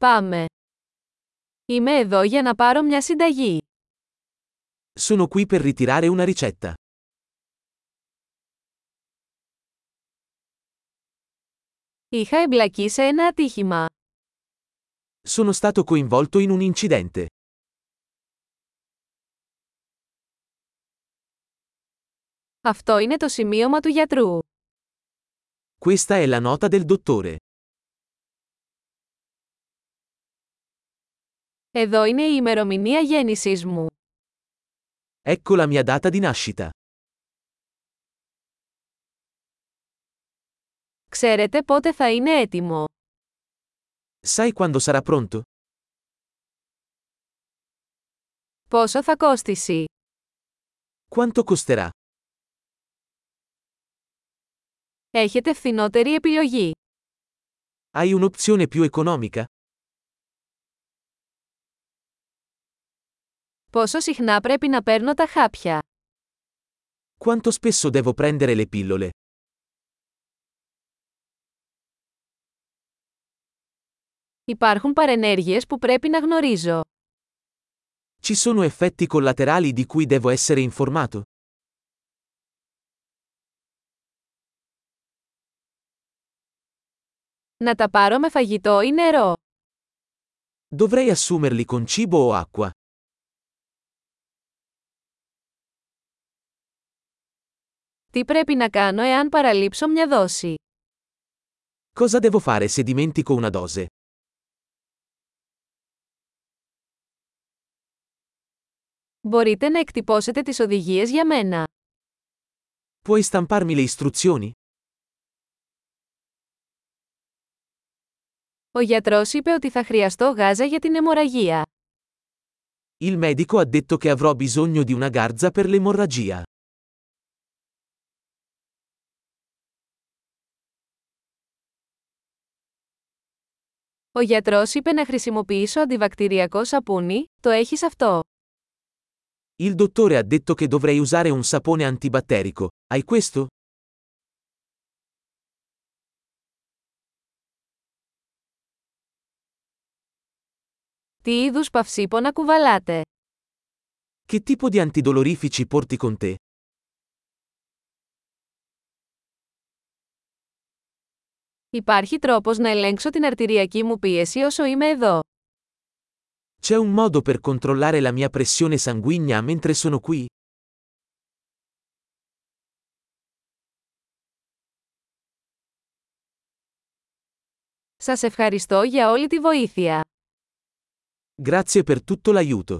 Πάμε. Είμαι εδώ για να πάρω μια συνταγή. Sono qui per ritirare una ricetta. Είχα εμπλακεί σε ένα ατύχημα. Sono stato coinvolto in un incidente. Αυτό είναι το σημείωμα του γιατρού. Questa è la nota del dottore. Εδώ είναι η ημερομηνία γέννησής μου. Ecco la mia data di nascita. Ξέρετε πότε θα είναι έτοιμο. Sai quando sarà pronto? Πόσο θα κόστησει. Quanto costerà? Έχετε φθηνότερη επιλογή. Hai un'opzione più economica? Πόσο συχνά πρέπει να παίρνω τα χάπια. Quanto spesso devo prendere le pillole? Υπάρχουν παρενέργειες που πρέπει να γνωρίζω. Ci sono effetti collaterali di cui devo essere informato? Να τα πάρω με φαγητό ή νερό. Dovrei assumerli con cibo o acqua? Τι πρέπει να κάνω εάν παραλείψω μια δόση. Cosa devo fare se dimentico una dose? Μπορείτε να εκτυπώσετε τις οδηγίες για μένα. Puoi stamparmi le istruzioni? Ο γιατρός είπε ότι θα χρειαστώ γάζα για την αιμορραγία. Il medico ha detto che avrò bisogno di una garza per l'emorragia. Ο γιατρός είπε να χρησιμοποιήσω αντιβακτηριακό σαπούνι, το έχεις αυτό. Il dottore ha detto che dovrei usare un sapone antibatterico. Hai questo? Τι είδους παυσίπονα κουβαλάτε. Che tipo di antidolorifici porti con te? Υπάρχει τρόπος να ελέγξω την αρτηριακή μου πίεση όσο είμαι εδώ. C'è un modo per controllare la mia pressione sanguigna mentre sono qui? Σας ευχαριστώ για όλη τη βοήθεια. Grazie per tutto l'aiuto.